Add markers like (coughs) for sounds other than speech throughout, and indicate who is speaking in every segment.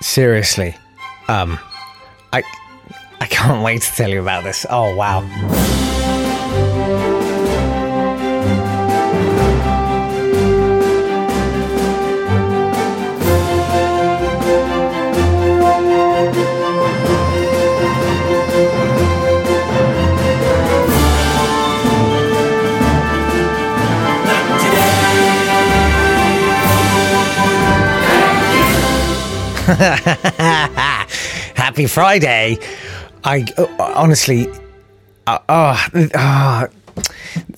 Speaker 1: Seriously. Um I I can't wait to tell you about this. Oh wow. (laughs) Happy Friday. I uh, honestly uh, ah, ah,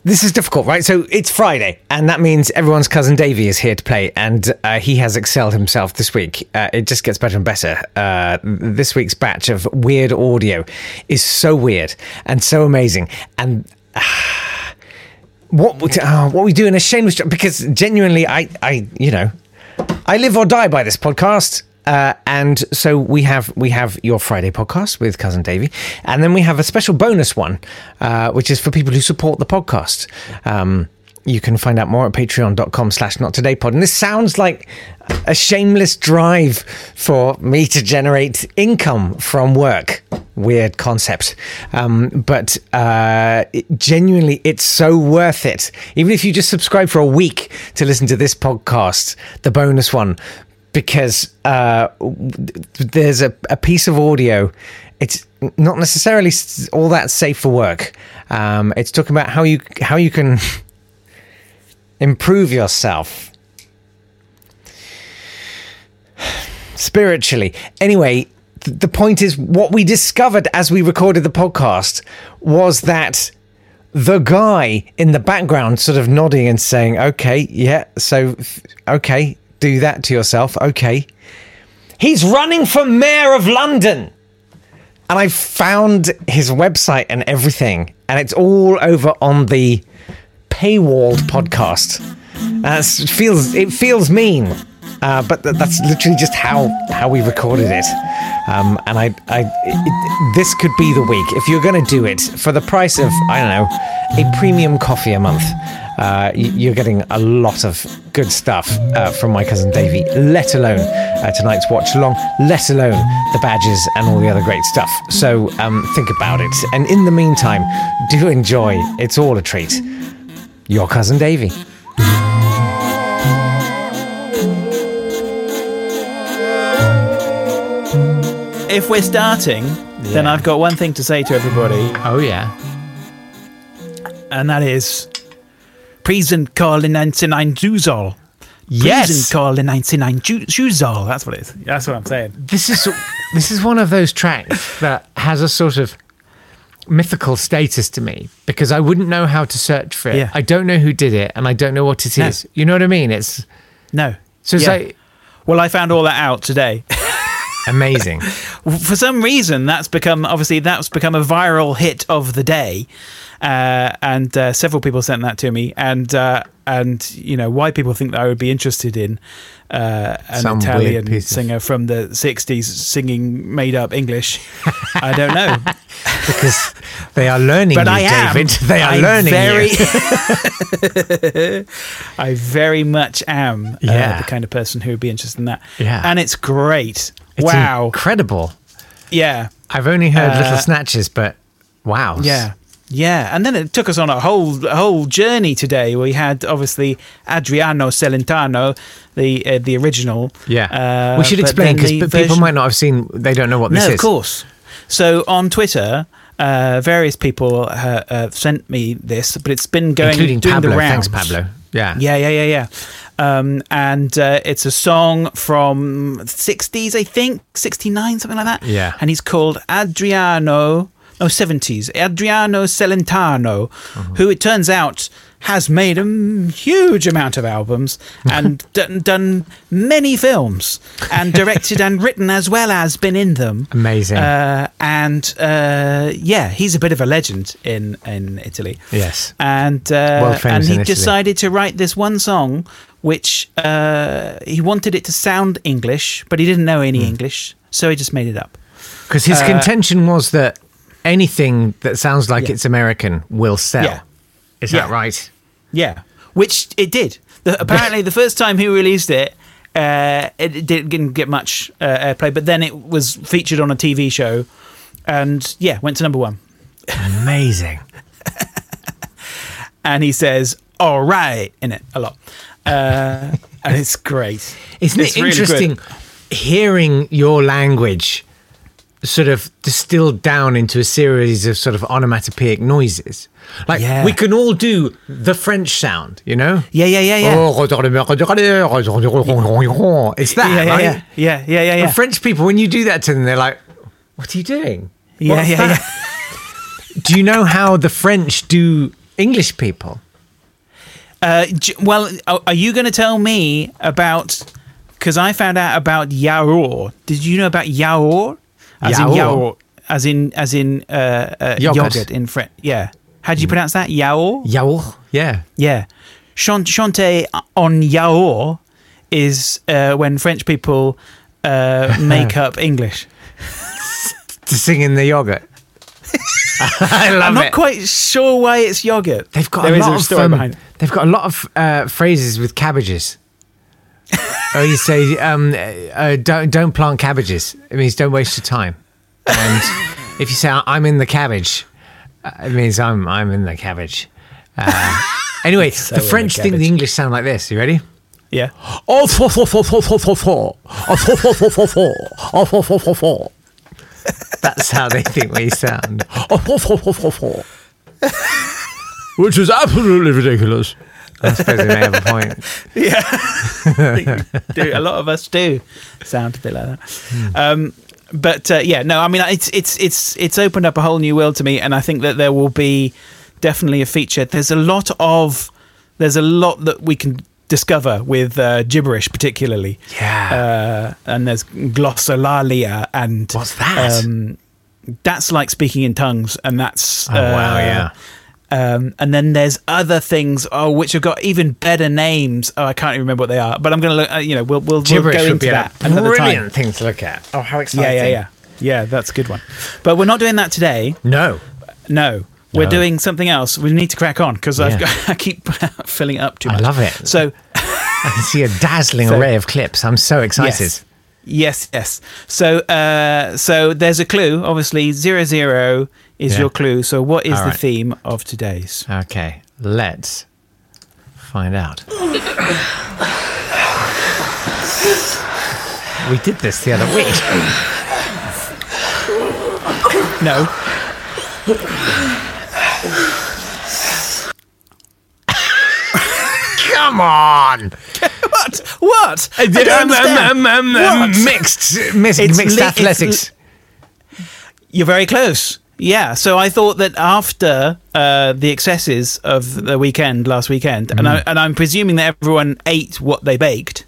Speaker 1: this is difficult, right? So it's Friday, and that means everyone's cousin Davy is here to play, and uh, he has excelled himself this week. Uh, it just gets better and better. Uh, this week's batch of weird audio is so weird and so amazing, and what would, uh, what we do in a shameless job because genuinely I I you know I live or die by this podcast. Uh, and so we have we have your Friday podcast with cousin Davy, and then we have a special bonus one, uh, which is for people who support the podcast. Um, you can find out more at patreon.com slash not today pod. And this sounds like a shameless drive for me to generate income from work. Weird concept. Um, but uh, it- genuinely, it's so worth it. Even if you just subscribe for a week to listen to this podcast, the bonus one, because uh, w- there's a, a piece of audio. It's not necessarily s- all that safe for work. Um, it's talking about how you how you can (laughs) improve yourself spiritually. Anyway, th- the point is what we discovered as we recorded the podcast was that the guy in the background sort of nodding and saying, "Okay, yeah, so f- okay, do that to yourself. Okay." He's running for mayor of London. And I found his website and everything, and it's all over on the paywalled podcast. Uh, s- feels it feels mean, uh, but th- that's literally just how how we recorded it. Um, and I, I it, this could be the week if you're going to do it for the price of I don't know a premium coffee a month. Uh, y- you're getting a lot of good stuff uh, from my cousin Davey, let alone uh, tonight's watch along, let alone the badges and all the other great stuff. So um, think about it. And in the meantime, do enjoy. It's all a treat your cousin Davy.
Speaker 2: If we're starting, then I've got one thing to say to everybody,
Speaker 3: Oh yeah.
Speaker 2: and that is Prison Call in 99 Juzol. Prison Call in 99 Ju- Juzol. That's what it is. That's what I'm saying.
Speaker 3: This is this is one of those tracks that has a sort of mythical status to me because I wouldn't know how to search for it.
Speaker 2: Yeah.
Speaker 3: I don't know who did it and I don't know what it
Speaker 2: No.
Speaker 3: is. You know what I mean? It's
Speaker 2: No.
Speaker 3: so it's
Speaker 2: Yeah.
Speaker 3: like
Speaker 2: Well, I found all that out today.
Speaker 3: (laughs)
Speaker 2: (laughs)
Speaker 3: amazing.
Speaker 2: for some reason that's become obviously that's become a viral hit of the day uh, and uh, several people sent that to me and uh, and you know why people think that I would be interested in uh, an
Speaker 3: Some weird
Speaker 2: Italian
Speaker 3: piece of-
Speaker 2: singer from the 60s singing made up English I don't know
Speaker 3: (laughs)
Speaker 2: (laughs)
Speaker 3: because they are learning
Speaker 2: but
Speaker 3: you,
Speaker 2: I am (laughs)
Speaker 3: David. (laughs) They are
Speaker 2: I
Speaker 3: learning
Speaker 2: very (laughs)
Speaker 3: you. (laughs)
Speaker 2: I very much am
Speaker 3: Yeah.
Speaker 2: uh, the kind of person who would be interested in that
Speaker 3: Yeah.
Speaker 2: and it's great
Speaker 3: It's
Speaker 2: wow
Speaker 3: incredible.
Speaker 2: yeah
Speaker 3: I've only heard
Speaker 2: Uh,
Speaker 3: little snatches, but wow.
Speaker 2: Yeah. Yeah, and then it took us on a whole a whole journey today. We had obviously Adriano Celentano, the uh, the original.
Speaker 1: Yeah.
Speaker 2: uh,
Speaker 1: we should
Speaker 2: but
Speaker 1: explain
Speaker 2: then
Speaker 1: because
Speaker 2: the
Speaker 1: people
Speaker 2: version-
Speaker 1: might not have seen, they don't know what this
Speaker 2: no, of
Speaker 1: is.
Speaker 2: course. So on Twitter, uh, various people uh, uh, sent me this, but it's been going
Speaker 1: Including
Speaker 2: doing
Speaker 1: Pablo.
Speaker 2: the rounds.
Speaker 1: Thanks, Pablo. Yeah.
Speaker 2: Yeah, yeah, yeah, yeah. Um, and uh, it's a song from 60s, I think, 69, something like that.
Speaker 1: Yeah.
Speaker 2: And he's called Adriano, no, 70s, Adriano Celentano,
Speaker 1: Uh-huh.
Speaker 2: who it turns out has made a m- huge amount of
Speaker 1: (laughs)
Speaker 2: albums and done, done many films
Speaker 1: (laughs)
Speaker 2: and directed and written as well as been in them.
Speaker 1: Amazing.
Speaker 2: Uh, and uh, yeah, he's a bit of a legend in, in Italy.
Speaker 1: Yes.
Speaker 2: And uh, uh,
Speaker 1: World
Speaker 2: and
Speaker 1: famous
Speaker 2: he
Speaker 1: in Italy.
Speaker 2: decided to write this one song, which uh, he wanted it to sound English, but he didn't know any
Speaker 1: Hmm.
Speaker 2: English, so he just made it up.
Speaker 1: Because
Speaker 2: Uh,
Speaker 1: his contention was that anything that sounds like it's American will sell.
Speaker 2: Yeah.
Speaker 1: Is that
Speaker 2: Yeah.
Speaker 1: right?
Speaker 2: Yeah, which it did.
Speaker 1: (laughs)
Speaker 2: The, apparently, the first time he released it, uh, it, it didn't- didn't get much uh, airplay, but then it was featured on a TV show, and yeah, went to number one.
Speaker 1: Amazing.
Speaker 2: And he says "all right" in it a lot,
Speaker 1: (laughs)
Speaker 2: uh, and it's great.
Speaker 1: Isn't
Speaker 2: It's
Speaker 1: it
Speaker 2: really good.
Speaker 1: interesting hearing your language sort of distilled down into a series of sort of onomatopoeic noises? Like
Speaker 2: Yeah.
Speaker 1: we can all do the French sound, you know? Oh,
Speaker 2: Yeah, yeah, yeah, yeah.
Speaker 1: It's that,
Speaker 2: yeah, yeah,
Speaker 1: right?
Speaker 2: yeah, yeah, yeah, yeah,
Speaker 1: And
Speaker 2: yeah.
Speaker 1: French people, when you do that to them, they're like, "What are you doing?
Speaker 2: Yeah,
Speaker 1: What's
Speaker 2: yeah,
Speaker 1: that?"
Speaker 2: yeah.
Speaker 1: Do you know how the French do English people?
Speaker 2: Uh, j- well, are are you going to tell me about? Because I found out about yaourt. Did you know about yaourt? As in
Speaker 1: Yaourt?
Speaker 2: yaourt, as in as in uh, uh,
Speaker 1: Yogurt. Mm.
Speaker 2: yogurt. in French. Yeah. How do you pronounce that? Yaourt.
Speaker 1: Yaourt, yeah.
Speaker 2: Yeah. Chant- chanter on yaourt is uh, when French people
Speaker 1: (laughs)
Speaker 2: uh, make up English.
Speaker 1: To sing in the yogurt. (laughs) I love
Speaker 2: I'm not
Speaker 1: it.
Speaker 2: quite sure why it's yogurt.
Speaker 1: they've got
Speaker 2: There
Speaker 1: a
Speaker 2: is
Speaker 1: lot of
Speaker 2: story
Speaker 1: um,
Speaker 2: behind. it.
Speaker 1: They've got a lot of uh, phrases with
Speaker 2: (laughs)
Speaker 1: cabbages. oh, you say um, uh, don't don't plant cabbages. It means don't waste your time. And if you say I'm in the cabbage, uh, it means I'm I'm in the cabbage. Uh,
Speaker 2: (laughs)
Speaker 1: anyway, the
Speaker 2: in the
Speaker 1: French think the
Speaker 2: cabbage.
Speaker 1: English sound like this. You ready?
Speaker 2: Yeah.
Speaker 1: Oh, four, four, four, four, four, four, four. Oh, four, four, four, four, four. Oh, four, four, four, four. That's how they think we
Speaker 2: (laughs)
Speaker 1: sound. Oh, four, four, four, four, four. (laughs) Which is absolutely ridiculous. I suppose they may have a
Speaker 2: (laughs)
Speaker 1: point.
Speaker 2: do a lot of us do sound a bit like
Speaker 1: Hmm.
Speaker 2: that. Um, but uh, yeah, no, I mean it's it's it's it's opened up a whole new world to me, and I think that there will be definitely a feature. There's a lot of there's a lot that we can discover with uh, gibberish, particularly.
Speaker 1: Yeah.
Speaker 2: Uh, and there's glossolalia and
Speaker 1: What's that?
Speaker 2: Um, that's like speaking in tongues, and that's uh,
Speaker 1: Oh, wow, yeah.
Speaker 2: um, and then there's other things, oh, which have got even better names. Oh, I can't even remember what they are, but I'm going to look. Uh, you know, we'll we'll, we'll
Speaker 1: Gibberish
Speaker 2: go
Speaker 1: would
Speaker 2: into
Speaker 1: be a
Speaker 2: that another
Speaker 1: brilliant
Speaker 2: time.
Speaker 1: thing to look at. Oh, how
Speaker 2: Yeah,
Speaker 1: exciting!
Speaker 2: yeah, yeah, yeah. That's a good one. But we're not doing that today.
Speaker 1: No,
Speaker 2: No, we're
Speaker 1: No.
Speaker 2: doing something else. We need to crack on because
Speaker 1: Yeah.
Speaker 2: I've got, (laughs) I keep filling it up too
Speaker 1: I
Speaker 2: much.
Speaker 1: love it.
Speaker 2: So (laughs)
Speaker 1: I can see a dazzling array of clips. I'm so excited.
Speaker 2: Yes. Yes, yes. So, uh, so there's a clue. Obviously, zero zero is
Speaker 1: Yeah.
Speaker 2: your clue. So, what is
Speaker 1: All
Speaker 2: the
Speaker 1: right.
Speaker 2: theme of today's?
Speaker 1: Okay, let's find out. we did this the other (coughs) week.
Speaker 2: No,
Speaker 1: Come on!
Speaker 2: what? What? I don't
Speaker 1: Um, um,
Speaker 2: understand.
Speaker 1: um, um, um,
Speaker 2: What?
Speaker 1: mixed mixed,
Speaker 2: It's
Speaker 1: mixed
Speaker 2: li- it's
Speaker 1: athletics.
Speaker 2: You're very close. Yeah. So I thought that after uh, the excesses of the weekend last weekend, and
Speaker 1: Mm.
Speaker 2: I, and I'm presuming that everyone ate what they baked.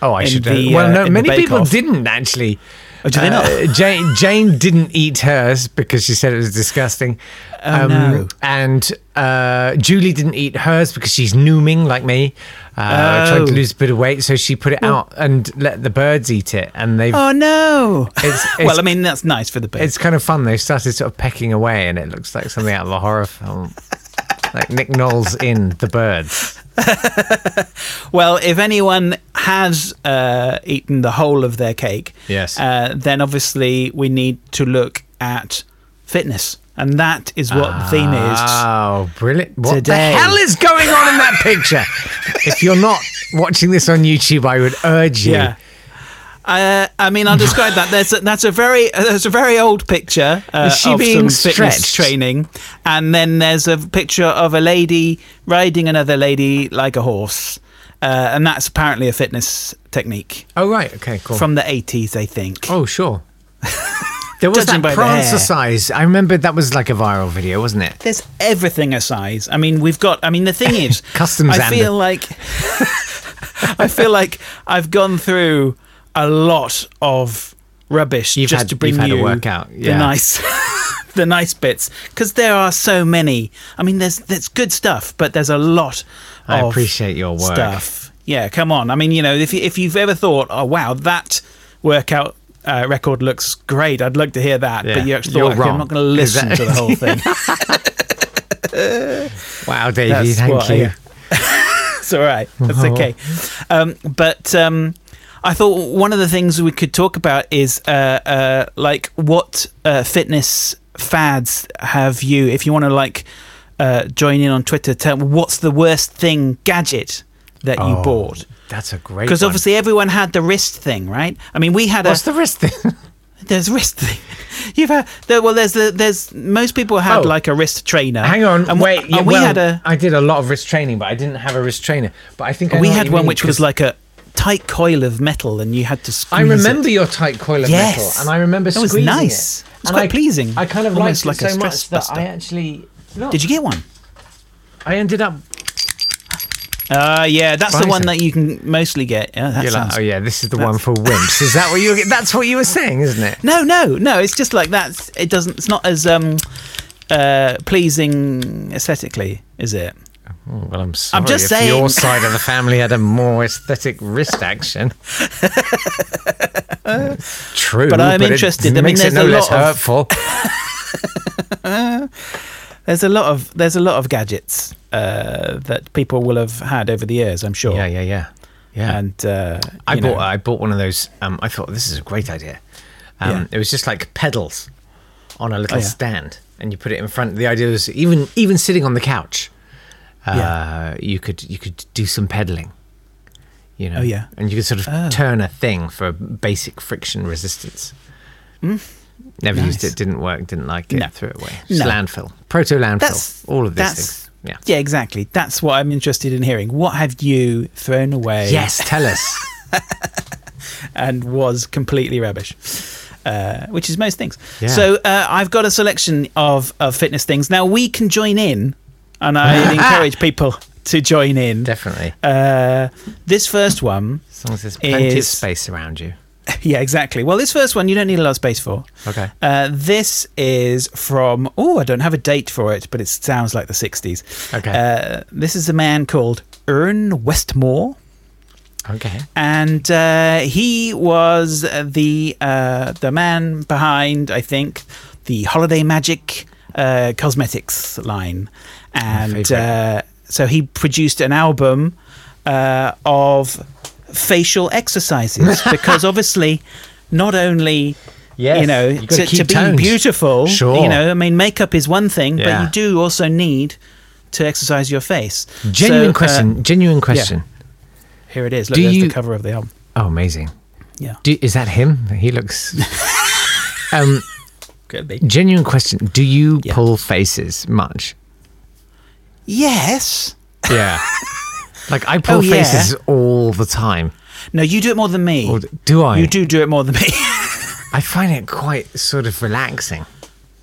Speaker 1: oh, I
Speaker 2: in
Speaker 1: should.
Speaker 2: the,
Speaker 1: uh, well,
Speaker 2: uh,
Speaker 1: no,
Speaker 2: in the
Speaker 1: many
Speaker 2: Bake
Speaker 1: people
Speaker 2: Off.
Speaker 1: didn't actually. Uh,
Speaker 2: Oh, do they not?
Speaker 1: Jane, Jane didn't eat hers because she said it was disgusting. Um,
Speaker 2: Oh, no.
Speaker 1: And uh, Julie didn't eat hers because she's nooming like me, uh, trying to
Speaker 2: Oh.
Speaker 1: lose a bit of weight. So she put it out and let the birds eat it. And they've
Speaker 2: Oh no.
Speaker 1: It's- it's-
Speaker 2: (laughs) well, I mean that's nice for the bit.
Speaker 1: It's kind of fun. They started sort of pecking away, and it looks like something out of a
Speaker 2: (laughs)
Speaker 1: horror film, like Nick Knowles in The Birds.
Speaker 2: Well, if anyone has uh, eaten the whole of their cake,
Speaker 1: Yes.
Speaker 2: uh, then obviously we need to look at fitness. And that is what the theme is.
Speaker 1: Oh, brilliant. What
Speaker 2: Today.
Speaker 1: the hell is going on in that
Speaker 2: (laughs)
Speaker 1: picture? if you're not watching this on YouTube, I would urge you.
Speaker 2: Yeah. Uh, I mean, I'll describe that. There's a, that's a very there's a very old picture uh,
Speaker 1: Is she
Speaker 2: of
Speaker 1: being
Speaker 2: some fitness
Speaker 1: stretched?
Speaker 2: training, and then there's a picture of a lady riding another lady like a horse, uh, and that's apparently a fitness technique
Speaker 1: Oh, right. Okay, cool.
Speaker 2: from the 80s, I think. (laughs)
Speaker 1: oh, sure. There was
Speaker 2: Judging
Speaker 1: that
Speaker 2: by the
Speaker 1: prance
Speaker 2: hair.
Speaker 1: size. I remember that was like a viral video, wasn't it?
Speaker 2: There's everything a size. I mean, we've got. I mean, the thing is,
Speaker 1: (laughs) Customs
Speaker 2: I
Speaker 1: and-
Speaker 2: feel like (laughs) I feel like I've gone through a lot of rubbish
Speaker 1: You've
Speaker 2: just
Speaker 1: had-
Speaker 2: to bring
Speaker 1: you've had a
Speaker 2: you
Speaker 1: workout,
Speaker 2: the
Speaker 1: yeah.
Speaker 2: nice, (laughs) the nice bits, because there are so many. I mean, there's there's good stuff, but there's a lot.
Speaker 1: I
Speaker 2: of
Speaker 1: appreciate your work.
Speaker 2: Stuff. Yeah, come on. I mean, you know, if you, if you've ever thought, oh wow, that workout. Uh, record looks great. I'd like to hear that,
Speaker 1: Yeah.
Speaker 2: but you actually
Speaker 1: You're
Speaker 2: thought, okay, I'm
Speaker 1: wrong.
Speaker 2: not going to
Speaker 1: Is
Speaker 2: listen
Speaker 1: that-
Speaker 2: to the whole thing.
Speaker 1: (laughs) Wow, Davey,
Speaker 2: That's
Speaker 1: thank
Speaker 2: what
Speaker 1: you. Oh.
Speaker 2: I- (laughs) It's all right. That's okay. Um, but um, I thought one of the things we could talk about is uh, uh, like what uh, fitness fads have you? If you want to like uh, join in on Twitter, tell what's the worst thing gadget that you bought?
Speaker 1: That's a Oh, great
Speaker 2: Because
Speaker 1: one.
Speaker 2: obviously everyone had the wrist thing, right? I mean, we had
Speaker 1: What's
Speaker 2: a
Speaker 1: the wrist thing? (laughs)
Speaker 2: there's wrist thing. (laughs) You've had there, well, there's the there's most people had
Speaker 1: Oh.
Speaker 2: like a wrist trainer.
Speaker 1: Hang on,
Speaker 2: and,
Speaker 1: wait.
Speaker 2: and we had a
Speaker 1: I did a lot of wrist training, but I didn't have a wrist trainer. But I think I
Speaker 2: we
Speaker 1: know what
Speaker 2: had
Speaker 1: you
Speaker 2: one
Speaker 1: mean,
Speaker 2: which was
Speaker 1: 'cause
Speaker 2: like a tight coil of metal, and you had to. Squeeze
Speaker 1: I remember
Speaker 2: It.
Speaker 1: your tight coil of
Speaker 2: Yes.
Speaker 1: metal, and I remember
Speaker 2: That was
Speaker 1: squeezing
Speaker 2: nice.
Speaker 1: It.
Speaker 2: It was
Speaker 1: And
Speaker 2: quite
Speaker 1: I-
Speaker 2: pleased.
Speaker 1: I kind of
Speaker 2: Almost
Speaker 1: liked
Speaker 2: like a
Speaker 1: it so
Speaker 2: stress
Speaker 1: much that
Speaker 2: buster.
Speaker 1: I actually.
Speaker 2: Did you get one?
Speaker 1: I ended up.
Speaker 2: Uh, yeah, that's the
Speaker 1: Bison.
Speaker 2: one that you can mostly get. Yeah, that
Speaker 1: You're
Speaker 2: sounds.
Speaker 1: like, oh yeah, this is the one for wimps. Is that what you? were- That's what you were saying, isn't it?
Speaker 2: (laughs) No, no, no. It's just like that. It doesn't. It's not as um, uh, pleasing aesthetically, is it?
Speaker 1: Oh, Well, I'm sorry.
Speaker 2: just
Speaker 1: if
Speaker 2: saying.
Speaker 1: your side of the family had a more aesthetic
Speaker 2: (laughs)
Speaker 1: wrist action. True,
Speaker 2: But I'm
Speaker 1: it
Speaker 2: interested. I mean,
Speaker 1: makes
Speaker 2: there's
Speaker 1: it no
Speaker 2: a
Speaker 1: less
Speaker 2: lot of-
Speaker 1: hurtful.
Speaker 2: (laughs) There's a lot of there's a lot of gadgets uh, that people will have had over the years. I'm sure.
Speaker 1: Yeah, yeah, yeah, yeah.
Speaker 2: And uh,
Speaker 1: I
Speaker 2: you
Speaker 1: bought
Speaker 2: know.
Speaker 1: I bought one of those. Um, I thought this is a great idea. Um,
Speaker 2: Yeah. Oh,
Speaker 1: It was just like pedals on a little
Speaker 2: yeah.
Speaker 1: stand, and you put it in front. The idea was even even sitting on the couch, uh, you could you could do some pedaling. You know,
Speaker 2: Oh, yeah.
Speaker 1: and you could sort of turn a thing for basic friction resistance. Never used
Speaker 2: Nice.
Speaker 1: it. Didn't work. Didn't like it.
Speaker 2: No.
Speaker 1: Threw it away. Just
Speaker 2: No.
Speaker 1: landfill, proto landfill.
Speaker 2: That's
Speaker 1: all of these
Speaker 2: that's-
Speaker 1: things. Yeah.
Speaker 2: yeah, exactly. That's what I'm interested in hearing. What have you thrown away?
Speaker 1: Yes, tell us.
Speaker 2: (laughs) and was completely rubbish, uh, which is most things.
Speaker 1: Yeah.
Speaker 2: So uh, I've got a selection of, of fitness things. Now we can join in, and
Speaker 1: (laughs)
Speaker 2: I encourage people to join in.
Speaker 1: Definitely.
Speaker 2: Uh, this first one,
Speaker 1: As long as there's plenty of
Speaker 2: is- (laughs)
Speaker 1: space around you.
Speaker 2: yeah, exactly. Well, this first one you don't need a lot of space for.
Speaker 1: Okay.
Speaker 2: Uh, this is from oh, I don't have a date for it, but it sounds like the '60s.
Speaker 1: Okay.
Speaker 2: Uh, this is a man called Ern Westmore. (laughs)
Speaker 1: Okay.
Speaker 2: and uh, he was uh, the uh, the man behind, I think, the Holiday Magic uh, cosmetics line, and
Speaker 1: favourite.
Speaker 2: uh, so he produced an album uh, of facial
Speaker 1: (laughs)
Speaker 2: exercises because obviously, not only.
Speaker 1: Yes,
Speaker 2: you know,
Speaker 1: you gotta
Speaker 2: to, to
Speaker 1: keep
Speaker 2: be
Speaker 1: toned.
Speaker 2: beautiful, you
Speaker 1: Sure.
Speaker 2: know, I mean, makeup is one thing,
Speaker 1: Yeah.
Speaker 2: but you do also need to exercise your face.
Speaker 1: Genuine
Speaker 2: So, uh,
Speaker 1: question. genuine question.
Speaker 2: here it is. Look,
Speaker 1: Do
Speaker 2: there's
Speaker 1: you-
Speaker 2: the cover of the album.
Speaker 1: Oh, amazing.
Speaker 2: Yeah.
Speaker 1: Do, is that him? He
Speaker 2: (laughs)
Speaker 1: looks. um,
Speaker 2: Could be.
Speaker 1: genuine question. Do you
Speaker 2: Yeah.
Speaker 1: pull faces much?
Speaker 2: Yes.
Speaker 1: Yeah. (laughs) like I pull
Speaker 2: Oh, yeah.
Speaker 1: faces all the time.
Speaker 2: No, you do it more than me.
Speaker 1: Or d- Oh, do I?
Speaker 2: You do do it more
Speaker 1: (laughs)
Speaker 2: than me.
Speaker 1: I find it quite sort of relaxing.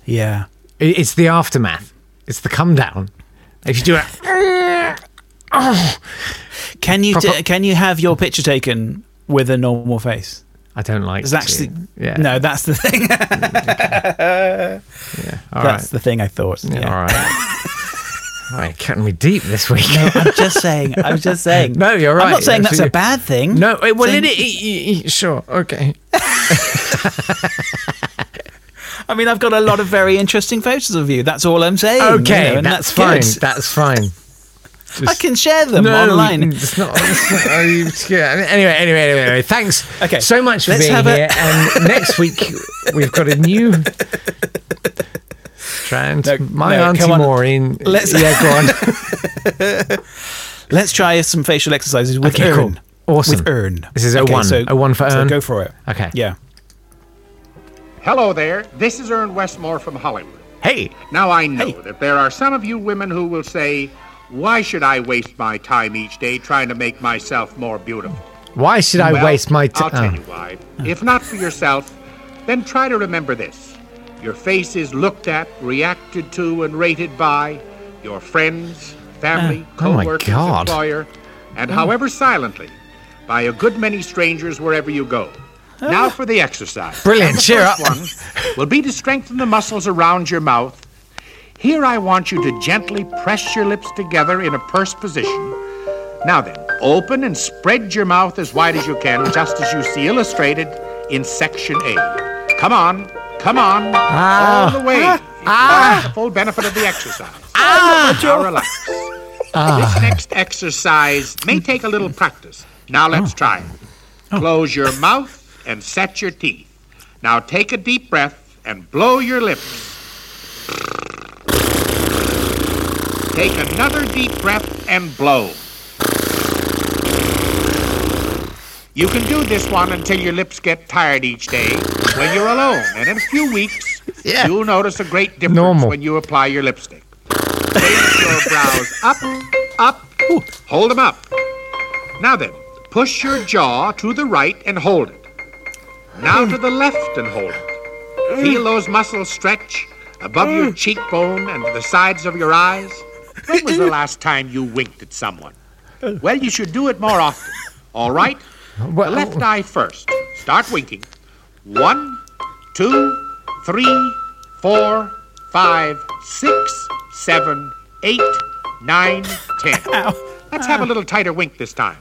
Speaker 2: yeah.
Speaker 1: I- It's the aftermath. It's the come down. If you do it,
Speaker 2: Can you t- can you have your picture taken with a normal face?
Speaker 1: I don't like.
Speaker 2: It's
Speaker 1: to.
Speaker 2: actually
Speaker 1: yeah.
Speaker 2: no. That's the thing. (laughs)
Speaker 1: All
Speaker 2: that's
Speaker 1: right.
Speaker 2: the thing I thought.
Speaker 1: Yeah,
Speaker 2: Yeah.
Speaker 1: All
Speaker 2: (laughs)
Speaker 1: right. all right. Cutting me deep this week. (laughs)
Speaker 2: I'm just saying. I'm just saying.
Speaker 1: No, you're
Speaker 2: I'm not
Speaker 1: right,
Speaker 2: saying that's a
Speaker 1: absolutely.
Speaker 2: bad thing.
Speaker 1: No, it, well,
Speaker 2: Saying-
Speaker 1: it, it, it, it, sure, okay.
Speaker 2: I mean, I've got a lot of very interesting photos of you. That's all I'm saying. you
Speaker 1: Okay,
Speaker 2: know, and
Speaker 1: that's, fine.
Speaker 2: good.
Speaker 1: That's fine.
Speaker 2: I can share them
Speaker 1: no,
Speaker 2: online.
Speaker 1: (laughs) It's not. It's not oh, you- yeah. Anyway, anyway, anyway, anyway. Thanks.
Speaker 2: Okay,
Speaker 1: So much for
Speaker 2: let's (laughs)
Speaker 1: being
Speaker 2: have a-
Speaker 1: here. and next week we've got a new Trans.
Speaker 2: No,
Speaker 1: my
Speaker 2: no,
Speaker 1: auntie
Speaker 2: come on.
Speaker 1: Maureen.
Speaker 2: Let's-
Speaker 1: yeah, go on.
Speaker 2: (laughs) Let's try some facial exercises with
Speaker 1: Okay, cool.
Speaker 2: Earn.
Speaker 1: Awesome.
Speaker 2: With Earn.
Speaker 1: This is 01. 01 for
Speaker 2: So
Speaker 1: Earn?
Speaker 2: go for it.
Speaker 1: Okay.
Speaker 2: Yeah.
Speaker 4: Hello there. This is Ern Westmore from Hollywood.
Speaker 1: hey,
Speaker 4: Now I know that there are some of you women who will say, "Why should I waste my time each day trying to make myself more beautiful?"
Speaker 1: why should I
Speaker 4: Well,
Speaker 1: waste my oh,
Speaker 4: I'll tell you
Speaker 1: time?
Speaker 4: why. If not for yourself, then try to remember this. Your face is looked at, reacted to, and rated by your friends, family,
Speaker 1: oh my
Speaker 4: coworkers,
Speaker 1: God.
Speaker 4: employer, and however silently, by a good many strangers wherever you go. Now for the exercise.
Speaker 1: Brilliant,
Speaker 4: And the
Speaker 1: cheer
Speaker 4: first
Speaker 1: up.
Speaker 4: one will be to strengthen the muscles around your mouth. Here I want you to gently press your lips together in a pursed position. Now then, open and spread your mouth as wide as you can, just as you see illustrated in section A. Come on, come on, all the way. Ah, the full benefit of the exercise. Ah, now relax. This next exercise may take a little practice. Now let's try it. Close your mouth and set your teeth. Now take a deep breath and blow your lips. Take another deep breath and blow. You can do this one until your lips get tired each day when you're alone. And in a few weeks,
Speaker 1: Yeah.
Speaker 4: you'll notice a great difference
Speaker 1: Normal.
Speaker 4: when you apply your lipstick. Raise your brows up, up, hold them up. Now then, push your jaw to the right and hold it. Now to the left and hold it. Feel those muscles stretch above your cheekbone and to the sides of your eyes. When was the last time you winked at someone? Well, you should do it more often. All right? The left eye first. Start winking. One, two, three, four, five, six, seven, eight, nine, ten. Let's have a little tighter wink this time.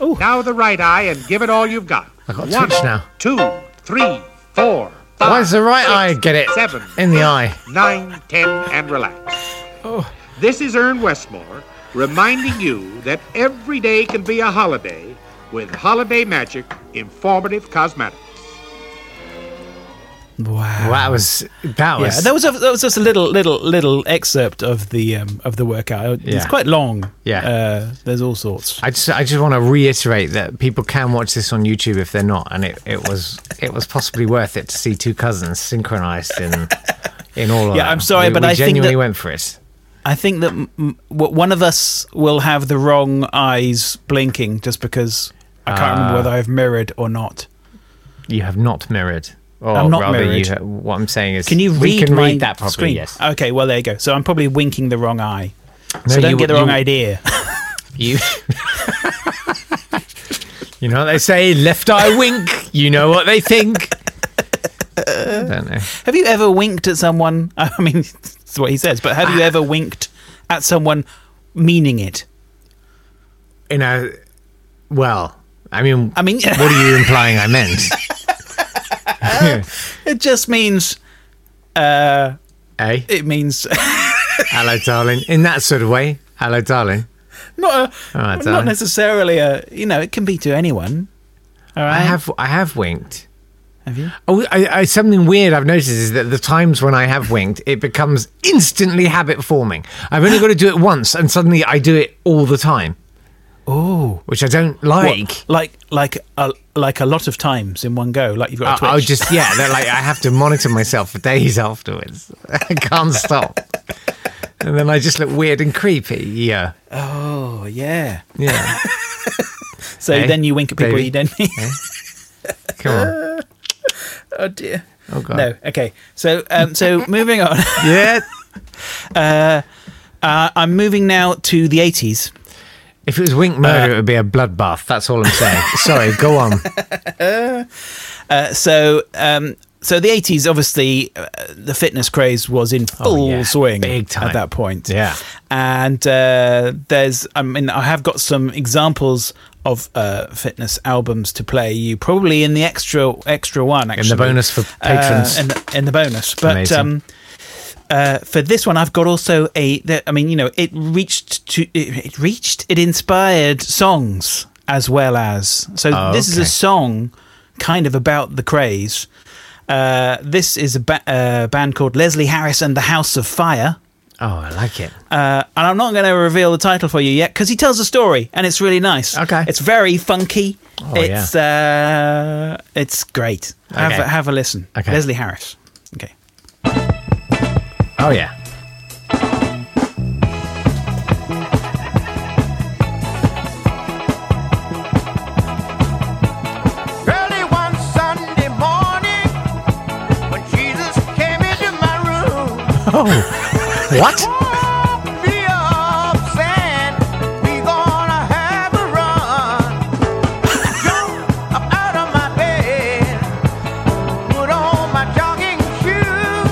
Speaker 4: Now the right eye and give it all you've got. I
Speaker 1: got twitch now.
Speaker 4: Two, three, four, five.
Speaker 1: Why does the right
Speaker 4: six,
Speaker 1: eye get it
Speaker 4: Seven,
Speaker 1: in the eye?
Speaker 4: nine, ten, and relax. This is Ern Westmore reminding you that every day can be a holiday with Holiday Magic Informative Cosmetics.
Speaker 2: Wow.
Speaker 1: Well, that was that
Speaker 2: Yeah,
Speaker 1: was
Speaker 2: that was a, that was just a little little little excerpt of the um, of the workout. It's
Speaker 1: Yeah.
Speaker 2: quite long.
Speaker 1: Yeah.
Speaker 2: uh, there's all sorts.
Speaker 1: I just, I just want to reiterate that people can watch this on YouTube if they're not, and it, it was it was possibly worth it to see two cousins synchronized in in all of
Speaker 2: Yeah,
Speaker 1: that.
Speaker 2: I'm sorry,
Speaker 1: We-
Speaker 2: but
Speaker 1: we
Speaker 2: I think
Speaker 1: genuinely
Speaker 2: that-
Speaker 1: went for it.
Speaker 2: I think that m- m- w- one of us will have the wrong eyes blinking just because I
Speaker 1: Ah.
Speaker 2: can't remember whether I've mirrored or not.
Speaker 1: Uh, You have not mirrored. Or
Speaker 2: I'm not
Speaker 1: rather,
Speaker 2: mirrored.
Speaker 1: You ha- what I'm saying is,
Speaker 2: Can you read,
Speaker 1: we can
Speaker 2: my
Speaker 1: read that properly?
Speaker 2: screen?
Speaker 1: Yes.
Speaker 2: Okay, well there you go. So I'm probably winking the wrong eye.
Speaker 1: No,
Speaker 2: so don't
Speaker 1: you-
Speaker 2: get the wrong
Speaker 1: you-
Speaker 2: idea.
Speaker 1: You. (laughs) you know what they say, left eye wink. You know what they think. I don't know.
Speaker 2: (laughs) have you ever winked at someone? (laughs) I mean, that's what he says. But
Speaker 1: (laughs)
Speaker 2: have you ever winked at someone meaning it?
Speaker 1: You know, Uh, well, I mean,
Speaker 2: I mean-
Speaker 1: (laughs) what are you implying? I meant.
Speaker 2: (laughs) It just means uh,
Speaker 1: Eh?
Speaker 2: it means (laughs)
Speaker 1: Hello, darling. In that sort of way. Hello, darling.
Speaker 2: not a,
Speaker 1: All right,
Speaker 2: not
Speaker 1: darling.
Speaker 2: necessarily a you know it can be to anyone. All right,
Speaker 1: I have I have winked.
Speaker 2: Have you?
Speaker 1: Oh, I, I, something weird I've noticed is that the times when I have winked, it becomes instantly habit forming. I've only got to do it once, and suddenly I do it all
Speaker 2: (gasps)
Speaker 1: the time. Oh, which I don't like.
Speaker 2: What? like like a like a lot of times in one go. Like you've got a
Speaker 1: Uh, I, I
Speaker 2: twitch.
Speaker 1: just yeah, they're
Speaker 2: (laughs)
Speaker 1: like uh, I have to monitor myself for days afterwards. (laughs) I can't stop, and then I just look weird and creepy. Yeah,
Speaker 2: oh yeah.
Speaker 1: yeah.
Speaker 2: (laughs) So
Speaker 1: Hey,
Speaker 2: then you wink at people
Speaker 1: Eh? baby. Eh?
Speaker 2: you don't (laughs) need.
Speaker 1: Come on.
Speaker 2: (laughs) oh dear.
Speaker 1: Oh god.
Speaker 2: No. Okay. So um,
Speaker 1: (laughs)
Speaker 2: so moving on.
Speaker 1: Yeah.
Speaker 2: (laughs) Uh, I'm moving now to the Uh, 80s.
Speaker 1: If it was wink murder, it would be a bloodbath. That's all
Speaker 2: (laughs)
Speaker 1: I'm saying. Sorry. Go on.
Speaker 2: Uh, so um, so the 80s obviously uh, the fitness craze was in full
Speaker 1: Oh, yeah,
Speaker 2: swing
Speaker 1: big time.
Speaker 2: at that point.
Speaker 1: Yeah.
Speaker 2: and uh, there's i mean i have got some examples of uh, fitness albums to play you probably in the extra extra one actually
Speaker 1: bonus for patrons.
Speaker 2: uh, in, the, in the bonus but
Speaker 1: Amazing.
Speaker 2: um uh, for this one, I've got also a. The, I mean, you know, it reached to it, it reached it inspired songs as well as. So
Speaker 1: Oh,
Speaker 2: this is a
Speaker 1: okay.
Speaker 2: song, kind of about the craze, Uh, this is a ba- uh, band called Leslie Harris and the House of Fire.
Speaker 1: Oh, I like it.
Speaker 2: Uh, and I'm not going to reveal the title for you yet because he tells a story and it's really nice.
Speaker 1: Okay. Oh,
Speaker 2: It's very funky. it's uh, it's great. Have
Speaker 1: Okay.
Speaker 2: a, have a listen.
Speaker 1: Okay.
Speaker 2: Leslie Harris. Okay.
Speaker 1: Oh yeah.
Speaker 3: Early one Sunday morning, when Jesus came into my room,
Speaker 4: Oh. (laughs)
Speaker 1: What?
Speaker 3: be up saying, "We gonna have a run." Jump up out of my bed, put on my jogging shoes.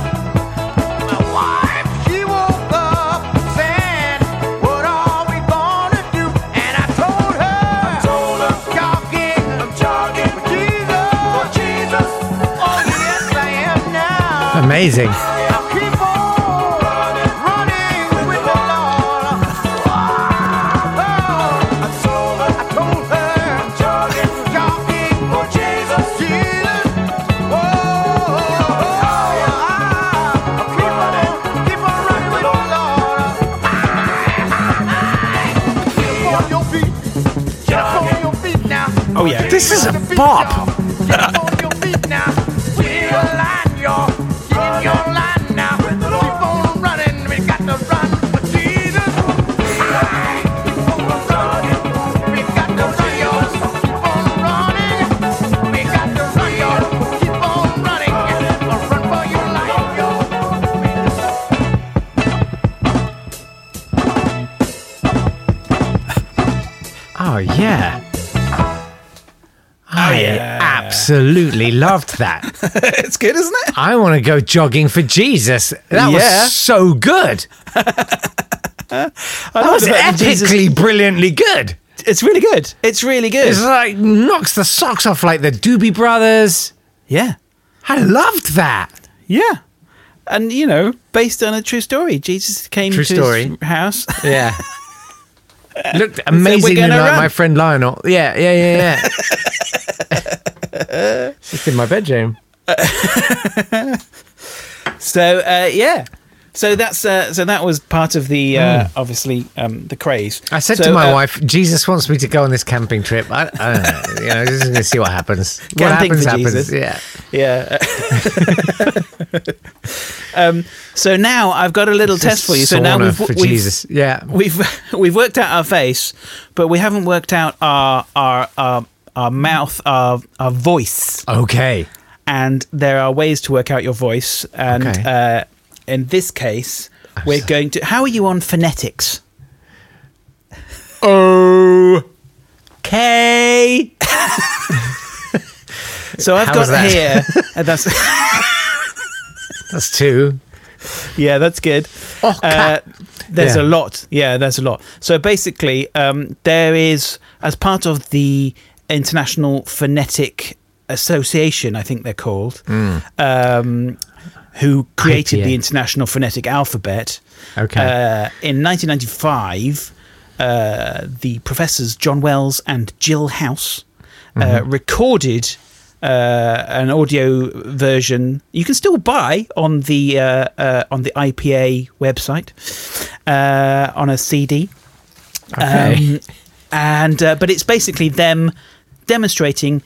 Speaker 3: My wife, she woke up saying, "What are we gonna do?" And I told her, I told her, jogging, I'm jogging for Jesus, for Jesus. Oh yes, I am now.
Speaker 1: Amazing.
Speaker 3: I'll keep on running, running with the Lord. Ah, I told her, I told her, jogging, jogging for Oh, Jesus, Jesus. Oh, I'll keep on, keep on running with the Lord. Keep on your feet, get up on your feet now.
Speaker 2: Oh yeah.
Speaker 1: This is a bop.
Speaker 3: Get on your feet now. Get your line, y'all. Get your line now. Keep on running. We got to run for Jesus. Keep on running. We got to run, y'all. Keep on running. We got to run, y'all. Keep on running. Run for your life, y'all.
Speaker 1: Oh yeah. I
Speaker 2: Oh, yeah.
Speaker 1: absolutely loved that.
Speaker 2: (laughs) it's good, isn't it?
Speaker 1: I want to go jogging for Jesus. That
Speaker 2: Yeah.
Speaker 1: was
Speaker 2: (laughs)
Speaker 1: so good.
Speaker 2: I
Speaker 1: That was
Speaker 2: about the
Speaker 1: epically
Speaker 2: Jesus-
Speaker 1: brilliantly good.
Speaker 2: It's really good. It's really good.
Speaker 1: It's like knocks the socks off like the Doobie Brothers.
Speaker 2: yeah.
Speaker 1: I loved that.
Speaker 2: Yeah. And you know, based on a true story, Jesus came
Speaker 1: True
Speaker 2: to
Speaker 1: story.
Speaker 2: his
Speaker 1: (laughs)
Speaker 2: house. (laughs)
Speaker 1: Yeah. Looked amazingly like
Speaker 2: gonna run.
Speaker 1: my friend Lionel. Yeah, yeah, yeah, yeah. It's Just in my bedroom.
Speaker 2: (laughs) So uh, yeah. So that's uh, so that was part of the uh, obviously um, the craze.
Speaker 1: Hmm. I said
Speaker 2: So,
Speaker 1: to my
Speaker 2: uh,
Speaker 1: wife, Jesus wants me to go on this camping trip. I, I don't know. (laughs) You know, just going to see what happens. What
Speaker 2: Camping
Speaker 1: happens,
Speaker 2: for
Speaker 1: happens.
Speaker 2: Jesus.
Speaker 1: Yeah.
Speaker 2: Yeah. (laughs) um, so now I've got a little test for you. So now
Speaker 1: Sauna
Speaker 2: we've,
Speaker 1: for
Speaker 2: we've
Speaker 1: Jesus. Yeah.
Speaker 2: we've (laughs) we've worked out our face, but we haven't worked out our our our, our mouth, our our voice.
Speaker 1: Okay.
Speaker 2: And there are ways to work out your voice. And
Speaker 1: Okay.
Speaker 2: uh, in this case, we're
Speaker 1: so-
Speaker 2: going to. How are you on phonetics?
Speaker 1: Oh.
Speaker 2: (laughs)
Speaker 1: Okay.
Speaker 2: So I've
Speaker 1: How
Speaker 2: got
Speaker 1: was that? (laughs)
Speaker 2: here. and that's (laughs)
Speaker 1: That's two.
Speaker 2: yeah, that's good.
Speaker 1: Oh,
Speaker 2: Uh, there's
Speaker 1: Yeah.
Speaker 2: a lot. Yeah, there's a lot. So basically, um, there is, as part of the International Phonetic Association, I think they're called,
Speaker 1: Hmm.
Speaker 2: (laughs) um, who created
Speaker 1: IPA.
Speaker 2: the International Phonetic Alphabet.
Speaker 1: Okay.
Speaker 2: Uh, in 1995, uh, the professors John Wells and Jill House uh, recorded uh, an audio version. You can still buy on the uh, uh, on the IPA website uh, on a CD,
Speaker 1: Okay.
Speaker 2: Um, and uh, but it's basically them demonstrating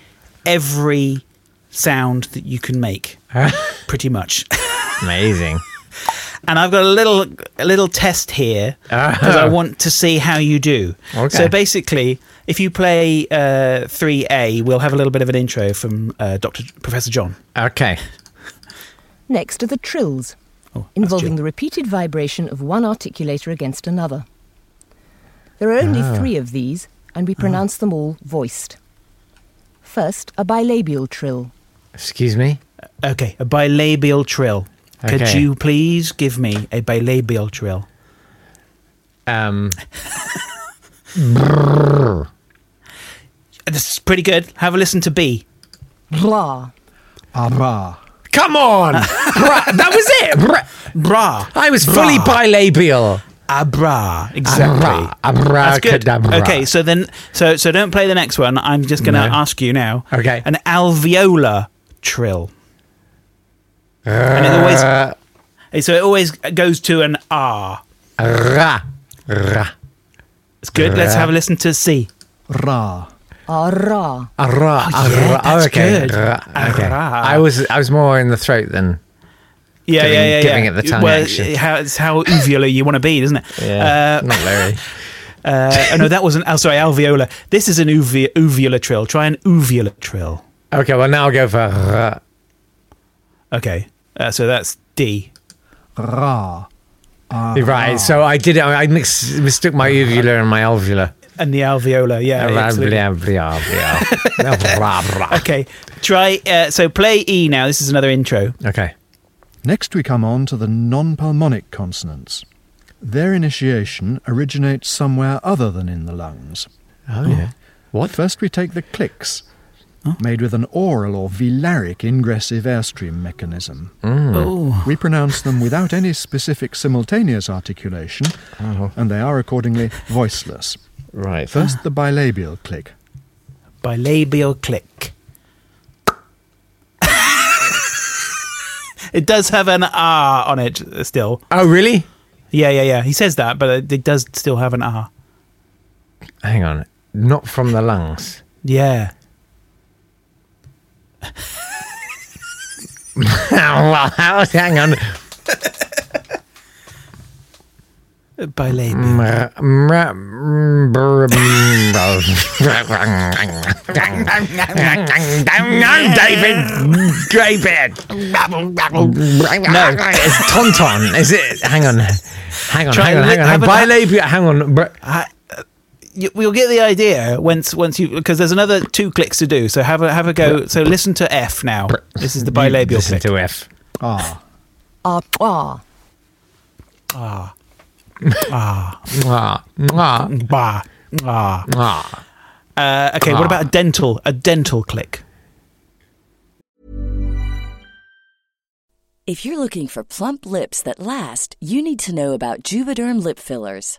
Speaker 2: every sound that you can
Speaker 1: (laughs)
Speaker 2: make, pretty much.
Speaker 1: Amazing.
Speaker 2: and I've got a little a little test here because I want to see how you do.
Speaker 1: Ah. Okay.
Speaker 2: So basically, if you play uh, 3A, we'll have a little bit of an intro from uh, Dr. Professor John.
Speaker 1: Okay.
Speaker 5: Next are the trills,
Speaker 1: Oh,
Speaker 5: involving the repeated vibration of one articulator against another. There are
Speaker 1: Ah.
Speaker 5: only three of these, and we pronounce them all voiced. First, a bilabial trill.
Speaker 1: Excuse me.
Speaker 2: Uh, Okay, a bilabial trill. Could
Speaker 1: Okay.
Speaker 2: you please give me a bilabial trill?
Speaker 1: Um,
Speaker 2: This is pretty good. Have a listen to B.
Speaker 5: Blah.
Speaker 1: come
Speaker 2: (laughs)
Speaker 1: on. Bruh, that was it. Bruh.
Speaker 2: Bra.
Speaker 1: I was fully bilabial.
Speaker 2: Abra. Exactly.
Speaker 1: Abra-
Speaker 2: That's good.
Speaker 1: abracadabra.
Speaker 2: Okay, so then, so so don't play the next one. I'm just going to
Speaker 1: No.
Speaker 2: ask you now.
Speaker 1: Okay.
Speaker 2: An alveolar trill. and it
Speaker 1: Uh.
Speaker 2: always so it always goes to an R.
Speaker 1: Ra. Ra.
Speaker 2: It's good. Let's have a listen to C.
Speaker 1: Ra.
Speaker 5: Ah, rah.
Speaker 1: A ra.
Speaker 2: Oh,
Speaker 1: a
Speaker 2: yeah,
Speaker 1: ra.
Speaker 2: that's
Speaker 1: okay.
Speaker 2: good.
Speaker 1: Ra.
Speaker 2: A
Speaker 1: okay.
Speaker 2: ra.
Speaker 1: I was I was more in the throat than
Speaker 2: Yeah,
Speaker 1: Giving-
Speaker 2: yeah, yeah,
Speaker 1: giving
Speaker 2: yeah.
Speaker 1: it the tongue
Speaker 2: well,
Speaker 1: action.
Speaker 2: How, it's how uvular you want to be, isn't it?
Speaker 1: (laughs) yeah.
Speaker 2: Uh,
Speaker 1: not Larry.
Speaker 2: (laughs) uh, oh, no, that wasn't. Oh, sorry, alveolar. This is an uvi- uvular trill. Try an uvular trill.
Speaker 1: Okay, well now I'll go for ra.
Speaker 2: Okay, uh, so that's D.
Speaker 1: Ra. Right, so I did it. I mix, mistook my uvula and my alvula.
Speaker 2: And the alveolar, yeah.
Speaker 1: Ra-
Speaker 2: absolutely.
Speaker 1: blah, blah, blah. Ra, ra.
Speaker 2: Okay, try. Uh, so play E now. This is another intro.
Speaker 1: Okay.
Speaker 6: Next, we come on to the nonpulmonic consonants. Their initiation originates somewhere other than in the lungs.
Speaker 1: Oh, yeah. What?
Speaker 6: First, we take the clicks,
Speaker 2: Oh.
Speaker 6: made with an oral or velaric ingressive airstream mechanism.
Speaker 1: Hmm.
Speaker 6: We pronounce them without any specific simultaneous articulation, and they are accordingly voiceless.
Speaker 1: Uh-huh. Right.
Speaker 6: First, the bilabial click.
Speaker 2: Bilabial click. it does have an R on it uh, still.
Speaker 1: Oh, really?
Speaker 2: Yeah, yeah, yeah. He says that, but it, it does still have an R.
Speaker 1: Hang on. Not from the lungs.
Speaker 2: Yeah.
Speaker 1: well, how- hang on.
Speaker 2: Bilabial.
Speaker 1: no, David. Grey beard. No, it's tauntaun. Is it? Hang on. Hang on.
Speaker 2: Try
Speaker 1: hang on.
Speaker 2: and
Speaker 1: Hang
Speaker 2: li-
Speaker 1: on.
Speaker 2: have a-
Speaker 1: Bilabial. Hang on. br-
Speaker 2: you, you'll get the idea once once you because there's another two clicks to do. So have a have a go. So listen to F now. This is the bilabial
Speaker 1: Listen
Speaker 2: click.
Speaker 1: to F. (laughs)
Speaker 6: Ah,
Speaker 5: Ah, ah.
Speaker 2: Ah.
Speaker 1: Mwah, mwah,
Speaker 2: Bah. Ah.
Speaker 1: mwah.
Speaker 2: (laughs) Uh, okay. What about a dental? A dental click.
Speaker 7: If you're looking for plump lips that last, you need to know about Juvederm lip fillers.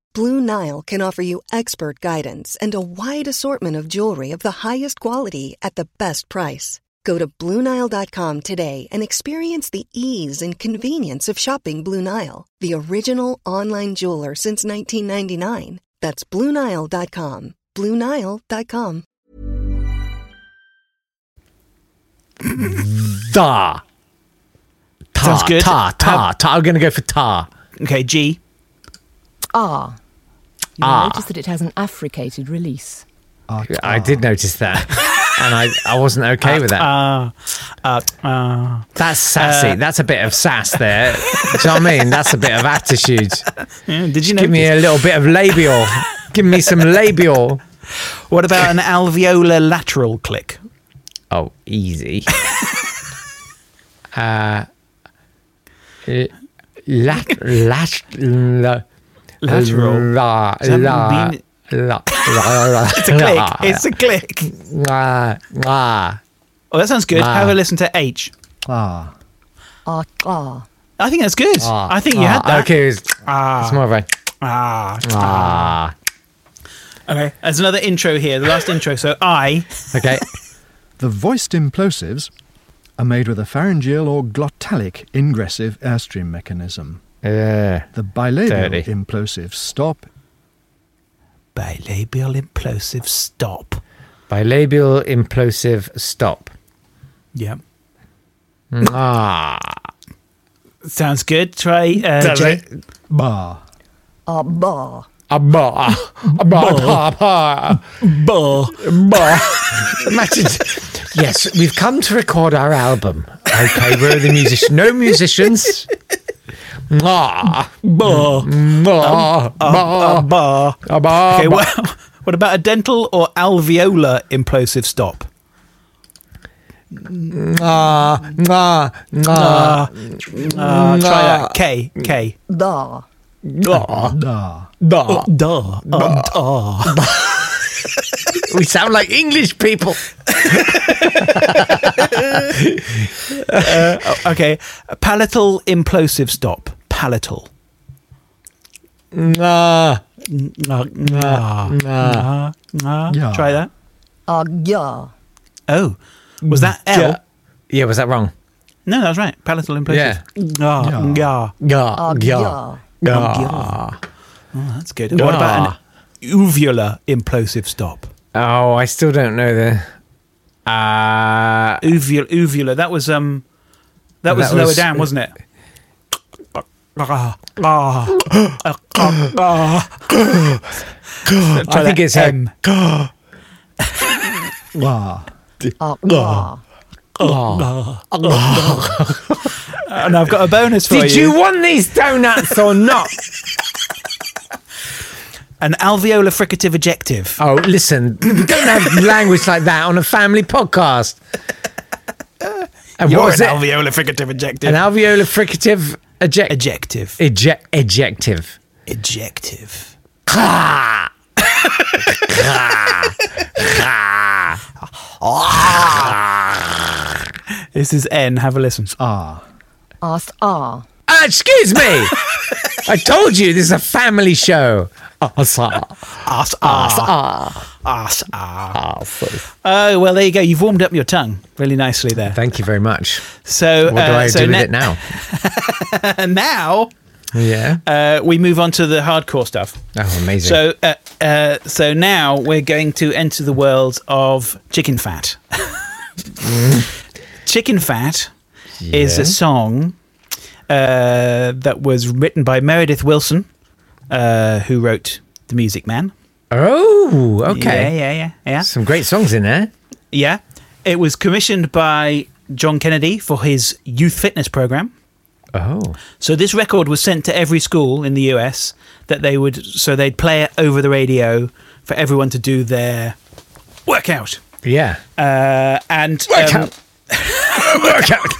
Speaker 8: Blue Nile can offer you expert guidance and a wide assortment of jewelry of the highest quality at the best price. Go to BlueNile.com today and experience the ease and convenience of shopping Blue Nile, the original online jeweler since 1999. That's BlueNile.com. BlueNile.com.
Speaker 1: Da.
Speaker 2: Sounds
Speaker 1: Ta,
Speaker 2: good.
Speaker 1: ta, ta, ta. I'm going to go for ta.
Speaker 2: Okay. G.
Speaker 5: Ah. You
Speaker 1: Ah.
Speaker 5: will notice that it has an affricated release.
Speaker 1: I did notice that. And I, I wasn't okay with that.
Speaker 2: Ah. Uh, uh,
Speaker 1: That's sassy. That's a bit of sass there. Do you know what I mean? That's a bit of attitude.
Speaker 2: (laughs) yeah, did you know?
Speaker 1: Give me a little bit of labial. Give
Speaker 2: (laughs)
Speaker 1: me some labial.
Speaker 2: What about an alveolar lateral click? (laughs)
Speaker 1: Uh, Oh, easy. L- lat, lat, la,
Speaker 2: Lateral.
Speaker 1: La,
Speaker 2: Does that
Speaker 1: la,
Speaker 2: mean-
Speaker 1: la, la, la,
Speaker 2: It's a click. It's a click.
Speaker 1: la, la.
Speaker 2: Oh, that sounds good.
Speaker 1: Ah.
Speaker 2: Have a listen to H.
Speaker 6: Ah.
Speaker 5: Ah, ah.
Speaker 2: I think that's good.
Speaker 1: Ah,
Speaker 2: I think you
Speaker 1: ah,
Speaker 2: had that.
Speaker 1: Okay, it's, it's more of a
Speaker 2: Ah.
Speaker 1: ah.
Speaker 2: Okay. There's another intro here. The last intro. So I.
Speaker 1: Okay,
Speaker 6: The voiced implosives are made with a pharyngeal or glottalic ingressive airstream mechanism.
Speaker 1: yeah.
Speaker 6: The bilabial
Speaker 1: Dirty.
Speaker 6: implosives stop.
Speaker 2: Bilabial implosive stop.
Speaker 1: Bilabial implosive stop.
Speaker 2: Yep.
Speaker 1: Ah,
Speaker 2: Sounds good. Try. Uh, Jay.
Speaker 6: Bar.
Speaker 5: Ah, bah.
Speaker 1: a bar, a bar, bar, bar,
Speaker 2: Bull.
Speaker 1: bar.
Speaker 2: (laughs)
Speaker 1: Imagine. Yes, we've come to record our album. Okay, we're the musicians. No musicians. Ah,
Speaker 2: Bull.
Speaker 1: ah,
Speaker 2: A
Speaker 1: ah,
Speaker 2: bar.
Speaker 1: ah, ah,
Speaker 2: um, Okay. Well, (laughs) what about a dental or alveolar implosive stop?
Speaker 1: ah, ah, ah.
Speaker 2: Ah.
Speaker 1: Uh,
Speaker 2: Ah, try that. K. K.
Speaker 5: Da.
Speaker 1: Duh,
Speaker 6: Da.
Speaker 1: duh.
Speaker 2: Duh. Uh, duh.
Speaker 1: We sound like
Speaker 2: (laughs)
Speaker 1: English people.
Speaker 2: Uh, Okay. A palatal implosive stop. Palatal.
Speaker 1: Nah,
Speaker 2: Nah, nah, nah, nah.
Speaker 6: Yeah.
Speaker 2: Uh-huh. Try that. Uh,
Speaker 5: Ah, yeah.
Speaker 2: Oh, was that L?
Speaker 1: Yeah. yeah, was that wrong?
Speaker 2: No, that was right. Palatal implosive. Yeah. Uh,
Speaker 6: Yeah.
Speaker 1: Yeah,
Speaker 5: Ah,
Speaker 1: yeah,
Speaker 5: yeah.
Speaker 1: yeah.
Speaker 2: Oh, that's good. What about an uvular implosive stop?
Speaker 1: Oh, I still don't know the. Uh,
Speaker 2: Uvula, uvula. That was um, that was
Speaker 1: That
Speaker 2: lower
Speaker 1: was-
Speaker 2: down, wasn't it? Ah, ah, ah, ah.
Speaker 1: I think it's M.
Speaker 6: La.
Speaker 5: Ah, yeah.
Speaker 2: And I've got a bonus for
Speaker 1: Oh. Did you want these donuts or not?
Speaker 2: (laughs) An alveolar fricative ejective.
Speaker 1: oh, listen, (clears throat) we don't have language like that on a family podcast. And
Speaker 2: You're
Speaker 1: what was
Speaker 2: an
Speaker 1: it?
Speaker 2: alveolar fricative ejective.
Speaker 1: An alveolar fricative eject
Speaker 2: ejective.
Speaker 1: eject ejective.
Speaker 2: Ejective.
Speaker 1: (laughs)
Speaker 2: This is N. Have a listen.
Speaker 6: Ah.
Speaker 5: Ah, ah.
Speaker 1: Uh, excuse me. I told you this is a family show. Oh, sorry.
Speaker 2: Ass, ass, ass, Oh, well, there you go. You've warmed up your tongue really nicely there.
Speaker 1: Thank you very much.
Speaker 2: So,
Speaker 1: What do
Speaker 2: uh,
Speaker 1: I
Speaker 2: so
Speaker 1: do with
Speaker 2: ne-
Speaker 1: it now?
Speaker 2: And (laughs) now
Speaker 1: Yeah.
Speaker 2: uh, we move on to the hardcore stuff.
Speaker 1: Oh, amazing.
Speaker 2: So, uh, uh, so now we're going to enter the world of chicken fat. (laughs) chicken fat is a
Speaker 1: Yes.
Speaker 2: song uh, that was written by Meredith Wilson, uh, who wrote "The Music Man."
Speaker 1: oh,
Speaker 2: Yeah,
Speaker 1: okay.
Speaker 2: yeah, yeah, yeah.
Speaker 1: Some great songs in there.
Speaker 2: Yeah. It was commissioned by John Kennedy for his youth fitness program.
Speaker 1: Oh.
Speaker 2: So this record was sent to every school in the US that they would so they'd play it over the radio for everyone to do their workout.
Speaker 1: Yeah.
Speaker 2: Uh, and um,
Speaker 1: (laughs) Workout.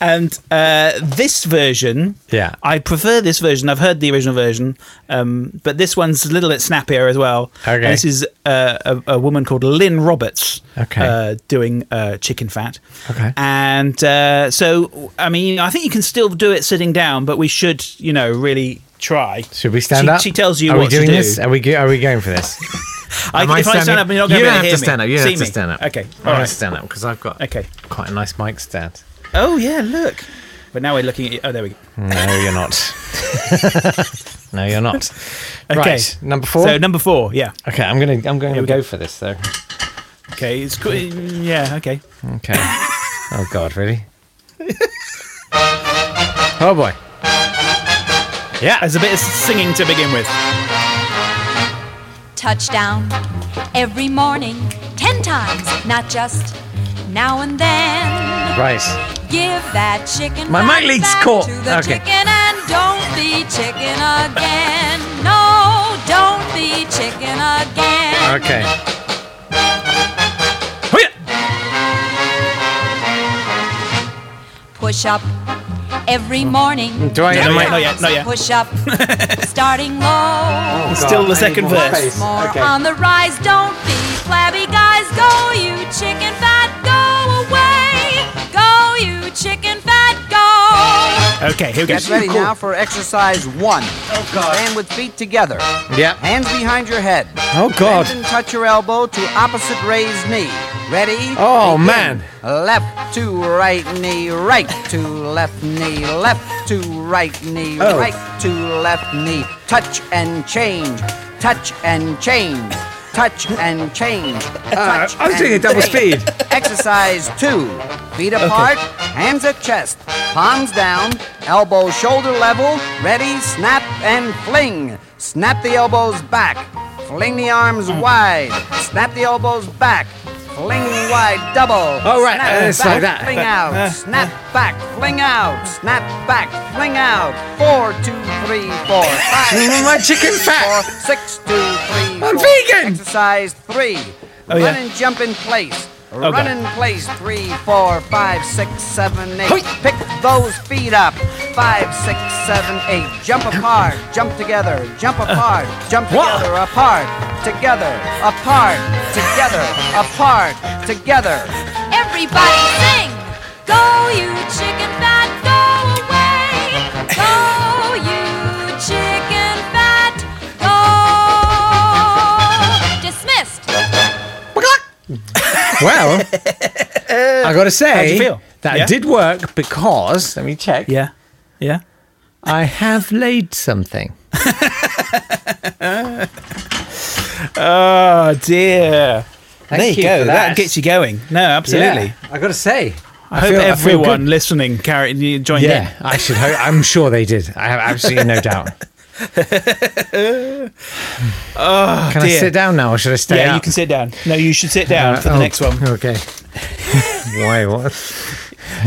Speaker 2: and uh, this version,
Speaker 1: Yeah.
Speaker 2: I prefer this version. I've heard the original version, um, but this one's a little bit snappier as well.
Speaker 1: Okay.
Speaker 2: And this is uh, a, a woman called Lynn Roberts.
Speaker 1: Okay.
Speaker 2: Uh, doing uh, chicken fat.
Speaker 1: Okay.
Speaker 2: And uh, so, I mean, I think you can still do it sitting down, but we should, you know, really try.
Speaker 1: Should we stand
Speaker 2: she,
Speaker 1: up?
Speaker 2: She tells you
Speaker 1: Are
Speaker 2: what
Speaker 1: we doing
Speaker 2: to
Speaker 1: this?
Speaker 2: do.
Speaker 1: Are we go- are we going
Speaker 2: (laughs)
Speaker 1: for this?
Speaker 2: I,
Speaker 1: Am I
Speaker 2: if I stand
Speaker 1: standing-
Speaker 2: up, you're not going
Speaker 1: You
Speaker 2: to
Speaker 1: have
Speaker 2: hear
Speaker 1: to
Speaker 2: me.
Speaker 1: stand up. You
Speaker 2: See
Speaker 1: have to
Speaker 2: me.
Speaker 1: stand up.
Speaker 2: Okay.
Speaker 1: I
Speaker 2: All
Speaker 1: have
Speaker 2: right.
Speaker 1: to stand up because I've got
Speaker 2: Okay.
Speaker 1: quite a nice mic
Speaker 2: (laughs)
Speaker 1: stand.
Speaker 2: Oh yeah, look. But now we're looking at you. Oh, there we go.
Speaker 1: No, you're
Speaker 2: (laughs)
Speaker 1: not. no, you're not. Right, number four.
Speaker 2: So number four, yeah.
Speaker 1: okay, I'm gonna I'm going to
Speaker 2: we
Speaker 1: go
Speaker 2: go.
Speaker 1: for this though.
Speaker 2: Okay, it's cool. Yeah, okay.
Speaker 1: Okay. oh God, really? oh boy.
Speaker 2: Yeah, there's a bit of singing to begin with.
Speaker 9: touchdown every morning, ten times, not just now and then.
Speaker 1: Right.
Speaker 9: Give that chicken
Speaker 1: My
Speaker 9: right
Speaker 1: mic leak's
Speaker 9: back
Speaker 1: caught.
Speaker 9: to the
Speaker 1: Okay.
Speaker 9: chicken and don't be chicken again. No, don't be chicken again.
Speaker 1: Okay.
Speaker 9: Push push up every morning.
Speaker 2: Do I-
Speaker 9: Ten
Speaker 2: Not yet, not yet,
Speaker 9: rounds
Speaker 2: not
Speaker 9: of
Speaker 2: yet.
Speaker 9: Push up, starting low.
Speaker 2: It's still the second verse.
Speaker 9: More on the rise, don't be flabby, guys. Go, you chicken fat, go away. Go, you chicken fat, go.
Speaker 2: Okay, here we go.
Speaker 10: Get ready now for exercise one. Oh, God. Stand with feet together.
Speaker 2: Yep.
Speaker 10: Hands behind your head.
Speaker 11: Oh, God.
Speaker 10: Bend and touch your elbow to opposite raised knee. Ready?
Speaker 11: Oh,
Speaker 10: Begin.
Speaker 11: man.
Speaker 10: Left to right knee, right to left knee, left to right knee,
Speaker 11: Oh.
Speaker 10: right to left knee. Touch and change. Touch and change. Touch and change. Touch
Speaker 11: Uh, I was doing it
Speaker 10: and
Speaker 11: double
Speaker 10: change.
Speaker 11: speed.
Speaker 10: Exercise two. Feet apart, hands at chest, palms down, elbows shoulder level. Ready, snap and fling. Snap the elbows back. Fling the arms
Speaker 11: Hmm.
Speaker 10: wide. Snap the elbows back. Fling wide, double.
Speaker 11: Oh, right,
Speaker 10: Snap
Speaker 11: uh, it's
Speaker 10: back,
Speaker 11: like that.
Speaker 10: Fling
Speaker 11: Uh, uh,
Speaker 10: out, snap back, fling out, snap back, fling out. Four, two, three, four, five.
Speaker 11: My chicken fat.
Speaker 10: Four, six, two, three.
Speaker 11: I'm
Speaker 10: four.
Speaker 11: vegan.
Speaker 10: Exercise three.
Speaker 11: Oh,
Speaker 10: Run
Speaker 11: yeah.
Speaker 10: and jump in place.
Speaker 11: Oh,
Speaker 10: Run
Speaker 11: God.
Speaker 10: in place. Three, four, five, six, seven, eight.
Speaker 11: Hoi.
Speaker 10: Pick those feet up. Five, six, seven, eight. Jump apart. Jump together. Jump apart. Jump together. Apart. Together. Apart. Together. Apart. Together.
Speaker 9: Everybody sing! Go, you chicken fat, go away! Go, you chicken fat, go!
Speaker 2: (laughs)
Speaker 9: Dismissed!
Speaker 11: Well, I got to say
Speaker 2: Uh, How'd you feel?
Speaker 11: that
Speaker 2: Yeah?
Speaker 11: did work because let me check.
Speaker 2: Yeah, yeah.
Speaker 11: I have laid something.
Speaker 2: (laughs) Oh dear.
Speaker 11: Thank
Speaker 2: there you,
Speaker 11: you
Speaker 2: go.
Speaker 11: for
Speaker 2: that.
Speaker 11: that.
Speaker 2: gets you going. (laughs) No, absolutely.
Speaker 11: Yeah, I got to say.
Speaker 2: I, hope
Speaker 11: feel- I feel
Speaker 2: everyone
Speaker 11: good.
Speaker 2: listening carried you joined
Speaker 11: yeah, I should hope.
Speaker 2: (laughs)
Speaker 11: I'm sure they did. I have absolutely no doubt.
Speaker 2: in. (laughs) Oh,
Speaker 11: Can I
Speaker 2: dear.
Speaker 11: sit down now or should I stay
Speaker 2: yeah,
Speaker 11: up?
Speaker 2: you can sit down. No, you should sit down
Speaker 11: Uh,
Speaker 2: for the
Speaker 11: oh,
Speaker 2: next one.
Speaker 11: Okay. Why? What?
Speaker 2: (laughs)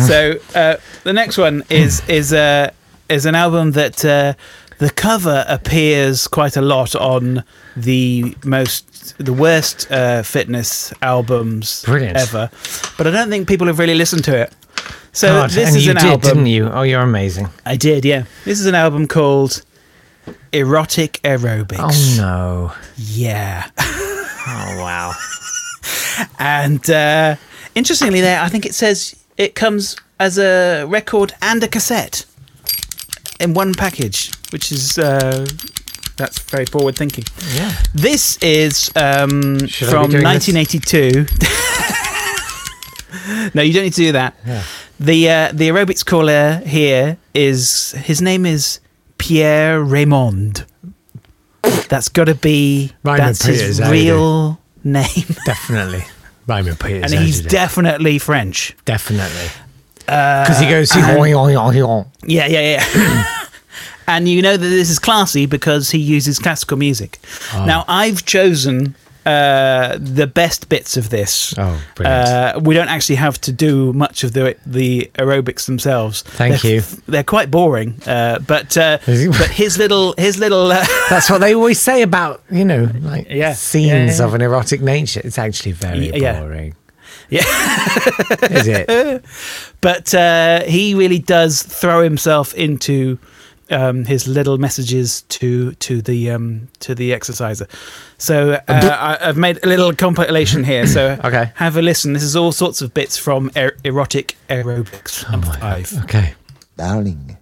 Speaker 2: so uh, the next one is is uh, is an album that uh, the cover appears quite a lot on the most the worst uh, fitness albums
Speaker 11: Brilliant.
Speaker 2: ever, but I don't think people have really listened to it. So
Speaker 11: God,
Speaker 2: this
Speaker 11: and
Speaker 2: is
Speaker 11: you
Speaker 2: an
Speaker 11: did,
Speaker 2: album.
Speaker 11: didn't you? Oh, you're amazing.
Speaker 2: I did, yeah. This is an album called Erotic Aerobics.
Speaker 11: Oh no.
Speaker 2: Yeah.
Speaker 11: (laughs) Oh wow.
Speaker 2: And uh, interestingly, there, I think it says it comes as a record and a cassette in one package, which is uh, that's very forward thinking.
Speaker 11: Yeah.
Speaker 2: This is um,
Speaker 11: Should I be
Speaker 2: from
Speaker 11: doing this?
Speaker 2: 1982. (laughs) no, you don't need to do that. The uh, the aerobics caller here is his name is Pierre Raymond. That's got to be
Speaker 1: Raymond
Speaker 2: that's
Speaker 1: Pierre's
Speaker 2: his
Speaker 1: how you do.
Speaker 2: real
Speaker 11: (laughs)
Speaker 2: name.
Speaker 1: Definitely. Raymond Peters.
Speaker 2: and
Speaker 1: how
Speaker 2: he's
Speaker 1: did it.
Speaker 2: definitely French. Uh,
Speaker 1: definitely. Because he goes, "Oi, oi, oi, oi."
Speaker 2: Yeah, yeah, yeah. (coughs) and you know that this is classy because he uses classical music.
Speaker 11: Oh.
Speaker 2: Now, I've chosen uh, the best bits of this.
Speaker 1: Oh, brilliant.
Speaker 2: Uh, we don't actually have to do much of the the aerobics themselves.
Speaker 11: Thank
Speaker 2: They're-
Speaker 11: you.
Speaker 2: They're quite boring, uh, but uh, but his little his little uh, (laughs)
Speaker 11: That's what they always say about you know like
Speaker 2: Yeah.
Speaker 11: scenes
Speaker 2: Yeah, yeah.
Speaker 11: of an erotic nature. It's actually very
Speaker 2: Y- yeah.
Speaker 11: boring.
Speaker 2: yeah.
Speaker 1: (laughs)
Speaker 11: Is it?
Speaker 2: but uh, he really does throw himself into um, his little messages to to the um, to the exerciser. So uh, I, I've made a little compilation here.
Speaker 1: (coughs)
Speaker 2: So
Speaker 11: Okay.
Speaker 2: have a listen. This is all sorts of bits from er- erotic
Speaker 1: Oh
Speaker 2: aerobics number five.
Speaker 11: Okay.
Speaker 12: Darling,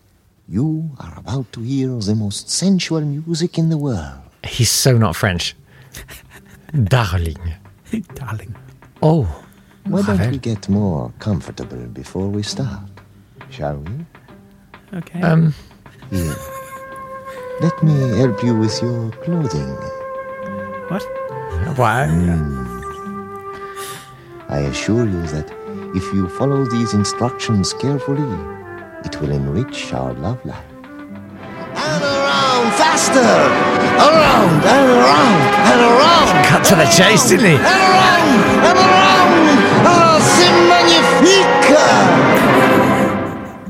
Speaker 12: you are about to hear the most sensual music in the world.
Speaker 11: He's so not French. Darling.
Speaker 2: (laughs) Darling,
Speaker 11: Oh.
Speaker 12: Why don't
Speaker 11: Ravel.
Speaker 12: we get more comfortable before we start? Shall we?
Speaker 2: okay.
Speaker 11: Um.
Speaker 12: Here. Hmm. Let me help you with your clothing. Hmm.
Speaker 2: what?
Speaker 11: Why?
Speaker 12: I assure you that if you follow these instructions carefully, it will enrich our love life. And around faster! Around and around and around!
Speaker 11: Cut to the chase, didn't he?
Speaker 12: And around and around! Oh, c'est magnifique!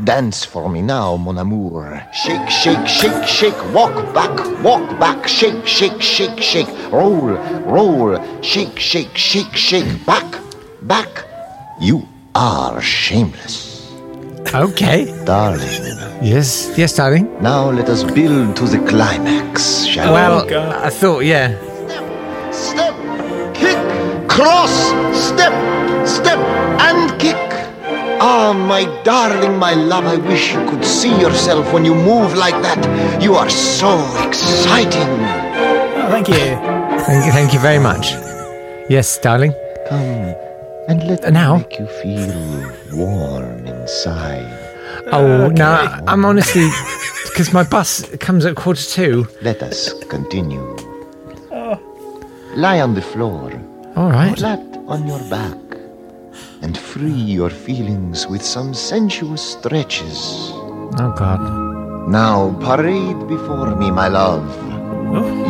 Speaker 12: Dance for me now, mon amour. Shake, shake, shake, shake. Walk back, walk back. Shake, shake, shake, shake. Roll, roll. Shake, shake, shake, shake. Back, back. You are shameless.
Speaker 1: Okay.
Speaker 12: Darling.
Speaker 1: Yes. Yes, darling.
Speaker 12: Now let us build to the climax, shall
Speaker 1: well,
Speaker 12: we?
Speaker 1: I thought, yeah.
Speaker 12: Step, kick, cross, step, step, and kick. Ah, my darling, my love, I wish you could see yourself when you move like that. You are so exciting.
Speaker 2: thank you.
Speaker 1: Thank you, thank you very much. Yes, darling.
Speaker 12: Come and let
Speaker 1: now.
Speaker 12: make you feel warm inside.
Speaker 1: Oh no, I'm honestly because my bus comes at quarter two.
Speaker 12: Let us continue. Lie on the floor.
Speaker 1: All right.
Speaker 12: Flat on your back. And free your feelings with some sensuous stretches.
Speaker 1: Oh God.
Speaker 12: Now parade before me, my love.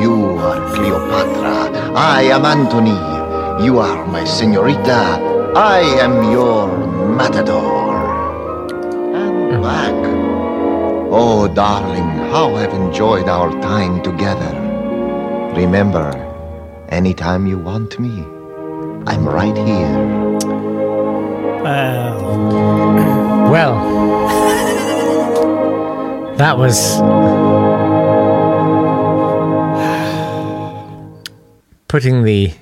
Speaker 12: You are Cleopatra. I am Antony. You are my senorita. I am your matador. And back. Oh, darling, how I've enjoyed our time together. Remember, anytime you want me, I'm right here.
Speaker 2: Uh,
Speaker 1: Well, that was putting the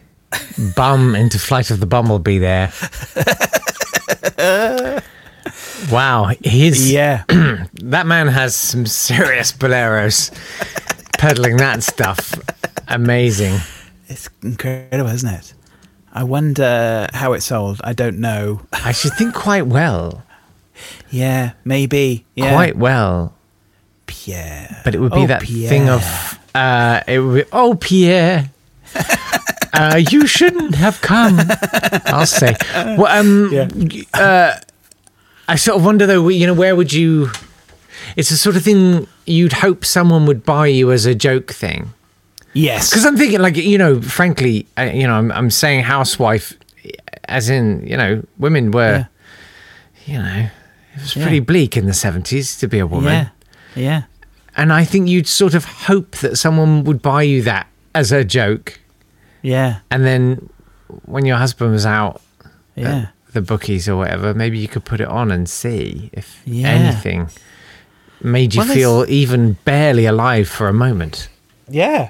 Speaker 1: bum into flight of the bumblebee. There. Wow, he's
Speaker 2: yeah.
Speaker 1: (clears throat) that man has some serious boleros peddling that stuff. Amazing.
Speaker 2: It's incredible, isn't it? I wonder uh, how it sold. I don't know.
Speaker 1: I should think quite well.
Speaker 2: Yeah, maybe. Yeah.
Speaker 1: Quite well.
Speaker 2: Pierre.
Speaker 1: but it would be
Speaker 2: Oh,
Speaker 1: that
Speaker 2: Pierre.
Speaker 1: thing of uh, it would be, oh Pierre, uh, you shouldn't have come. I'll say. Well, um, y- uh, I sort of wonder though. You know, where would you? It's the sort of thing you'd hope someone would buy you as a joke thing.
Speaker 2: Yes.
Speaker 1: Because I'm thinking, like, you know, frankly, uh, you know, I'm, I'm saying housewife, as in, you know, women were, you know, it was pretty bleak in the 70s to be a woman.
Speaker 2: Yeah. Yeah.
Speaker 1: And I think you'd sort of hope that someone would buy you that as a joke.
Speaker 2: Yeah.
Speaker 1: And then when your husband was out at
Speaker 2: Yeah.
Speaker 1: the bookies or whatever, maybe you could put it on and see if
Speaker 2: Yeah.
Speaker 1: anything made you
Speaker 2: Well, there's-
Speaker 1: feel even barely alive for a moment.
Speaker 2: Yeah.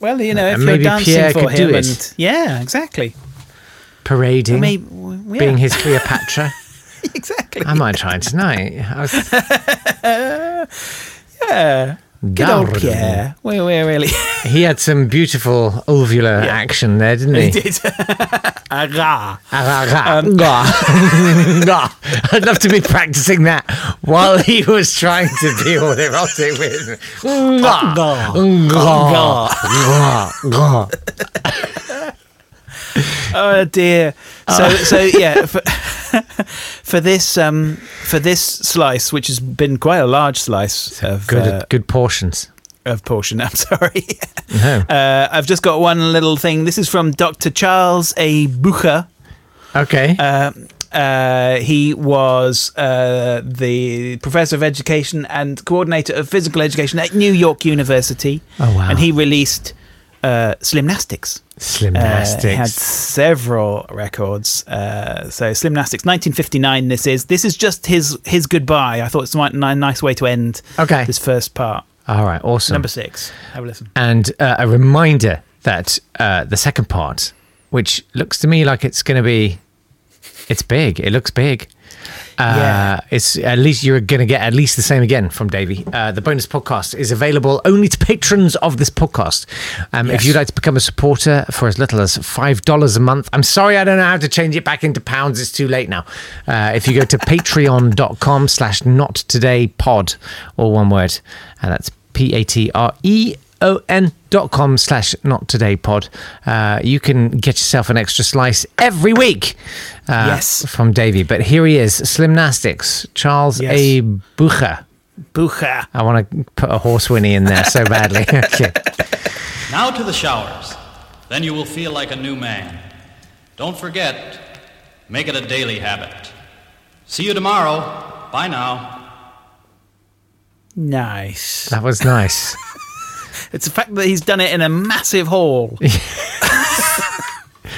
Speaker 2: Well, you know,
Speaker 1: And
Speaker 2: if you're
Speaker 1: maybe
Speaker 2: dancing
Speaker 1: Pierre
Speaker 2: for
Speaker 1: could
Speaker 2: him,
Speaker 1: do it.
Speaker 2: and yeah, exactly.
Speaker 1: Parading,
Speaker 2: Well, maybe- well, yeah.
Speaker 1: being his Cleopatra.
Speaker 2: (laughs) Exactly.
Speaker 1: I might try tonight.
Speaker 2: (laughs)
Speaker 1: I was
Speaker 2: Uh, Yeah. Good old
Speaker 1: Darling.
Speaker 2: Pierre. We're, we're really.
Speaker 1: He had some beautiful ovular action there, didn't he?
Speaker 2: He (laughs) did. Aga. Um,
Speaker 1: Ah, ah,
Speaker 2: (laughs)
Speaker 1: ah. Gah. Gah. (laughs) I'd love to be practicing that while he was trying to be all erotic with
Speaker 2: (laughs)
Speaker 1: me. Gah.
Speaker 2: Gah.
Speaker 1: Gah. Gah. Gah.
Speaker 2: Oh dear. So
Speaker 1: Ah.
Speaker 2: so yeah, for, (laughs) for this um for this slice, which has been quite a large slice of
Speaker 1: Good,
Speaker 2: uh,
Speaker 1: good portions.
Speaker 2: of portion. I'm (laughs) sorry.
Speaker 1: No.
Speaker 2: Uh, I've just got one little thing. This is from Dr. Charles A. Bucher.
Speaker 1: Okay.
Speaker 2: Uh, uh, he was uh, the professor of education and coordinator of physical education at New York University.
Speaker 1: Oh, wow.
Speaker 2: And he released uh, Slimnastics. Uh, had
Speaker 1: Slimnastics.
Speaker 2: several records. Uh, so Slimnastics, 1959. This is this is just his his goodbye. I thought it's a ni- nice way to end.
Speaker 1: Okay.
Speaker 2: This first part,
Speaker 1: (laughs) all right. Awesome.
Speaker 2: number six. Have a listen.
Speaker 1: and uh, a reminder that uh, the second part, which looks to me like it's going to be, it's big. It looks big. Uh,
Speaker 2: Yeah.
Speaker 1: It's at least you're going to get at least the same again from Davey. Uh, the bonus podcast is available only to patrons of this podcast. Um, If
Speaker 2: Yes.
Speaker 1: you'd like to become a supporter for as little as five dollars a month, I'm sorry I don't know how to change it back into pounds. It's too late now. Uh, if you go to Patreon.com/slash Not Today Pod, all one word, and that's P A T R E O N dot com slash not today pod. Uh, you can get yourself an extra slice every week. Uh,
Speaker 2: Yes.
Speaker 1: From Davey. But here he is, Slimnastics, Charles
Speaker 2: Yes.
Speaker 1: A. Bucher.
Speaker 2: Bucher.
Speaker 1: I want to put a horse whinny in there
Speaker 2: (laughs)
Speaker 1: so badly. okay.
Speaker 13: Now to the showers. Then you will feel like a new man. Don't forget, make it a daily habit. See you tomorrow. Bye now.
Speaker 2: Nice.
Speaker 1: That was nice. (laughs)
Speaker 2: It's the fact that he's done it in a massive hall.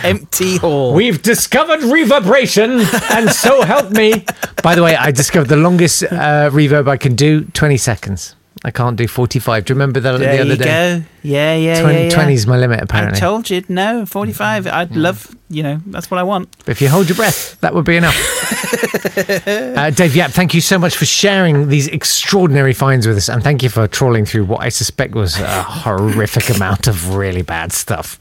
Speaker 2: empty hall.
Speaker 11: We've discovered
Speaker 2: (laughs)
Speaker 11: reverberation, and so help me.
Speaker 1: By the way, I discovered the longest uh, reverb I can do 20 seconds. I can't do 45. Do you remember that
Speaker 2: There
Speaker 1: the other
Speaker 2: you
Speaker 1: day?
Speaker 2: go. Yeah, yeah,
Speaker 1: Twen-
Speaker 2: yeah, yeah.
Speaker 1: 20 is my limit, apparently.
Speaker 2: I told you no. Forty-five. I'd
Speaker 1: Hmm.
Speaker 2: love. You know, that's what I
Speaker 1: (laughs)
Speaker 2: want.
Speaker 1: But if you hold your breath, that would
Speaker 2: (laughs)
Speaker 1: be enough. uh, Dave Yap, thank you so much for sharing these extraordinary finds with us. And thank you for trawling through what I suspect was a horrific amount of really bad stuff.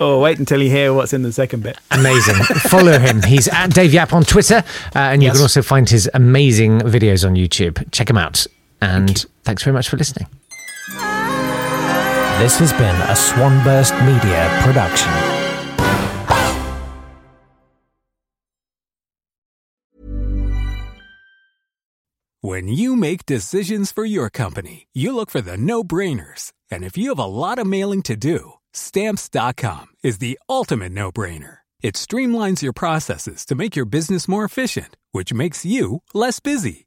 Speaker 2: Oh, wait until you hear what's in the second bit.
Speaker 1: Amazing. Follow him. He's at Dave Yap on Twitter. Uh, and you
Speaker 2: Yes.
Speaker 1: can also find his amazing videos on YouTube. Check him out. And thanks very much for listening.
Speaker 14: This has been a Swanburst Media production.
Speaker 15: (laughs) When you make decisions for your company, you look for the no brainers. And if you have a lot of mailing to do, stamps.com is the ultimate no brainer. It streamlines your processes to make your business more efficient, which makes you less busy.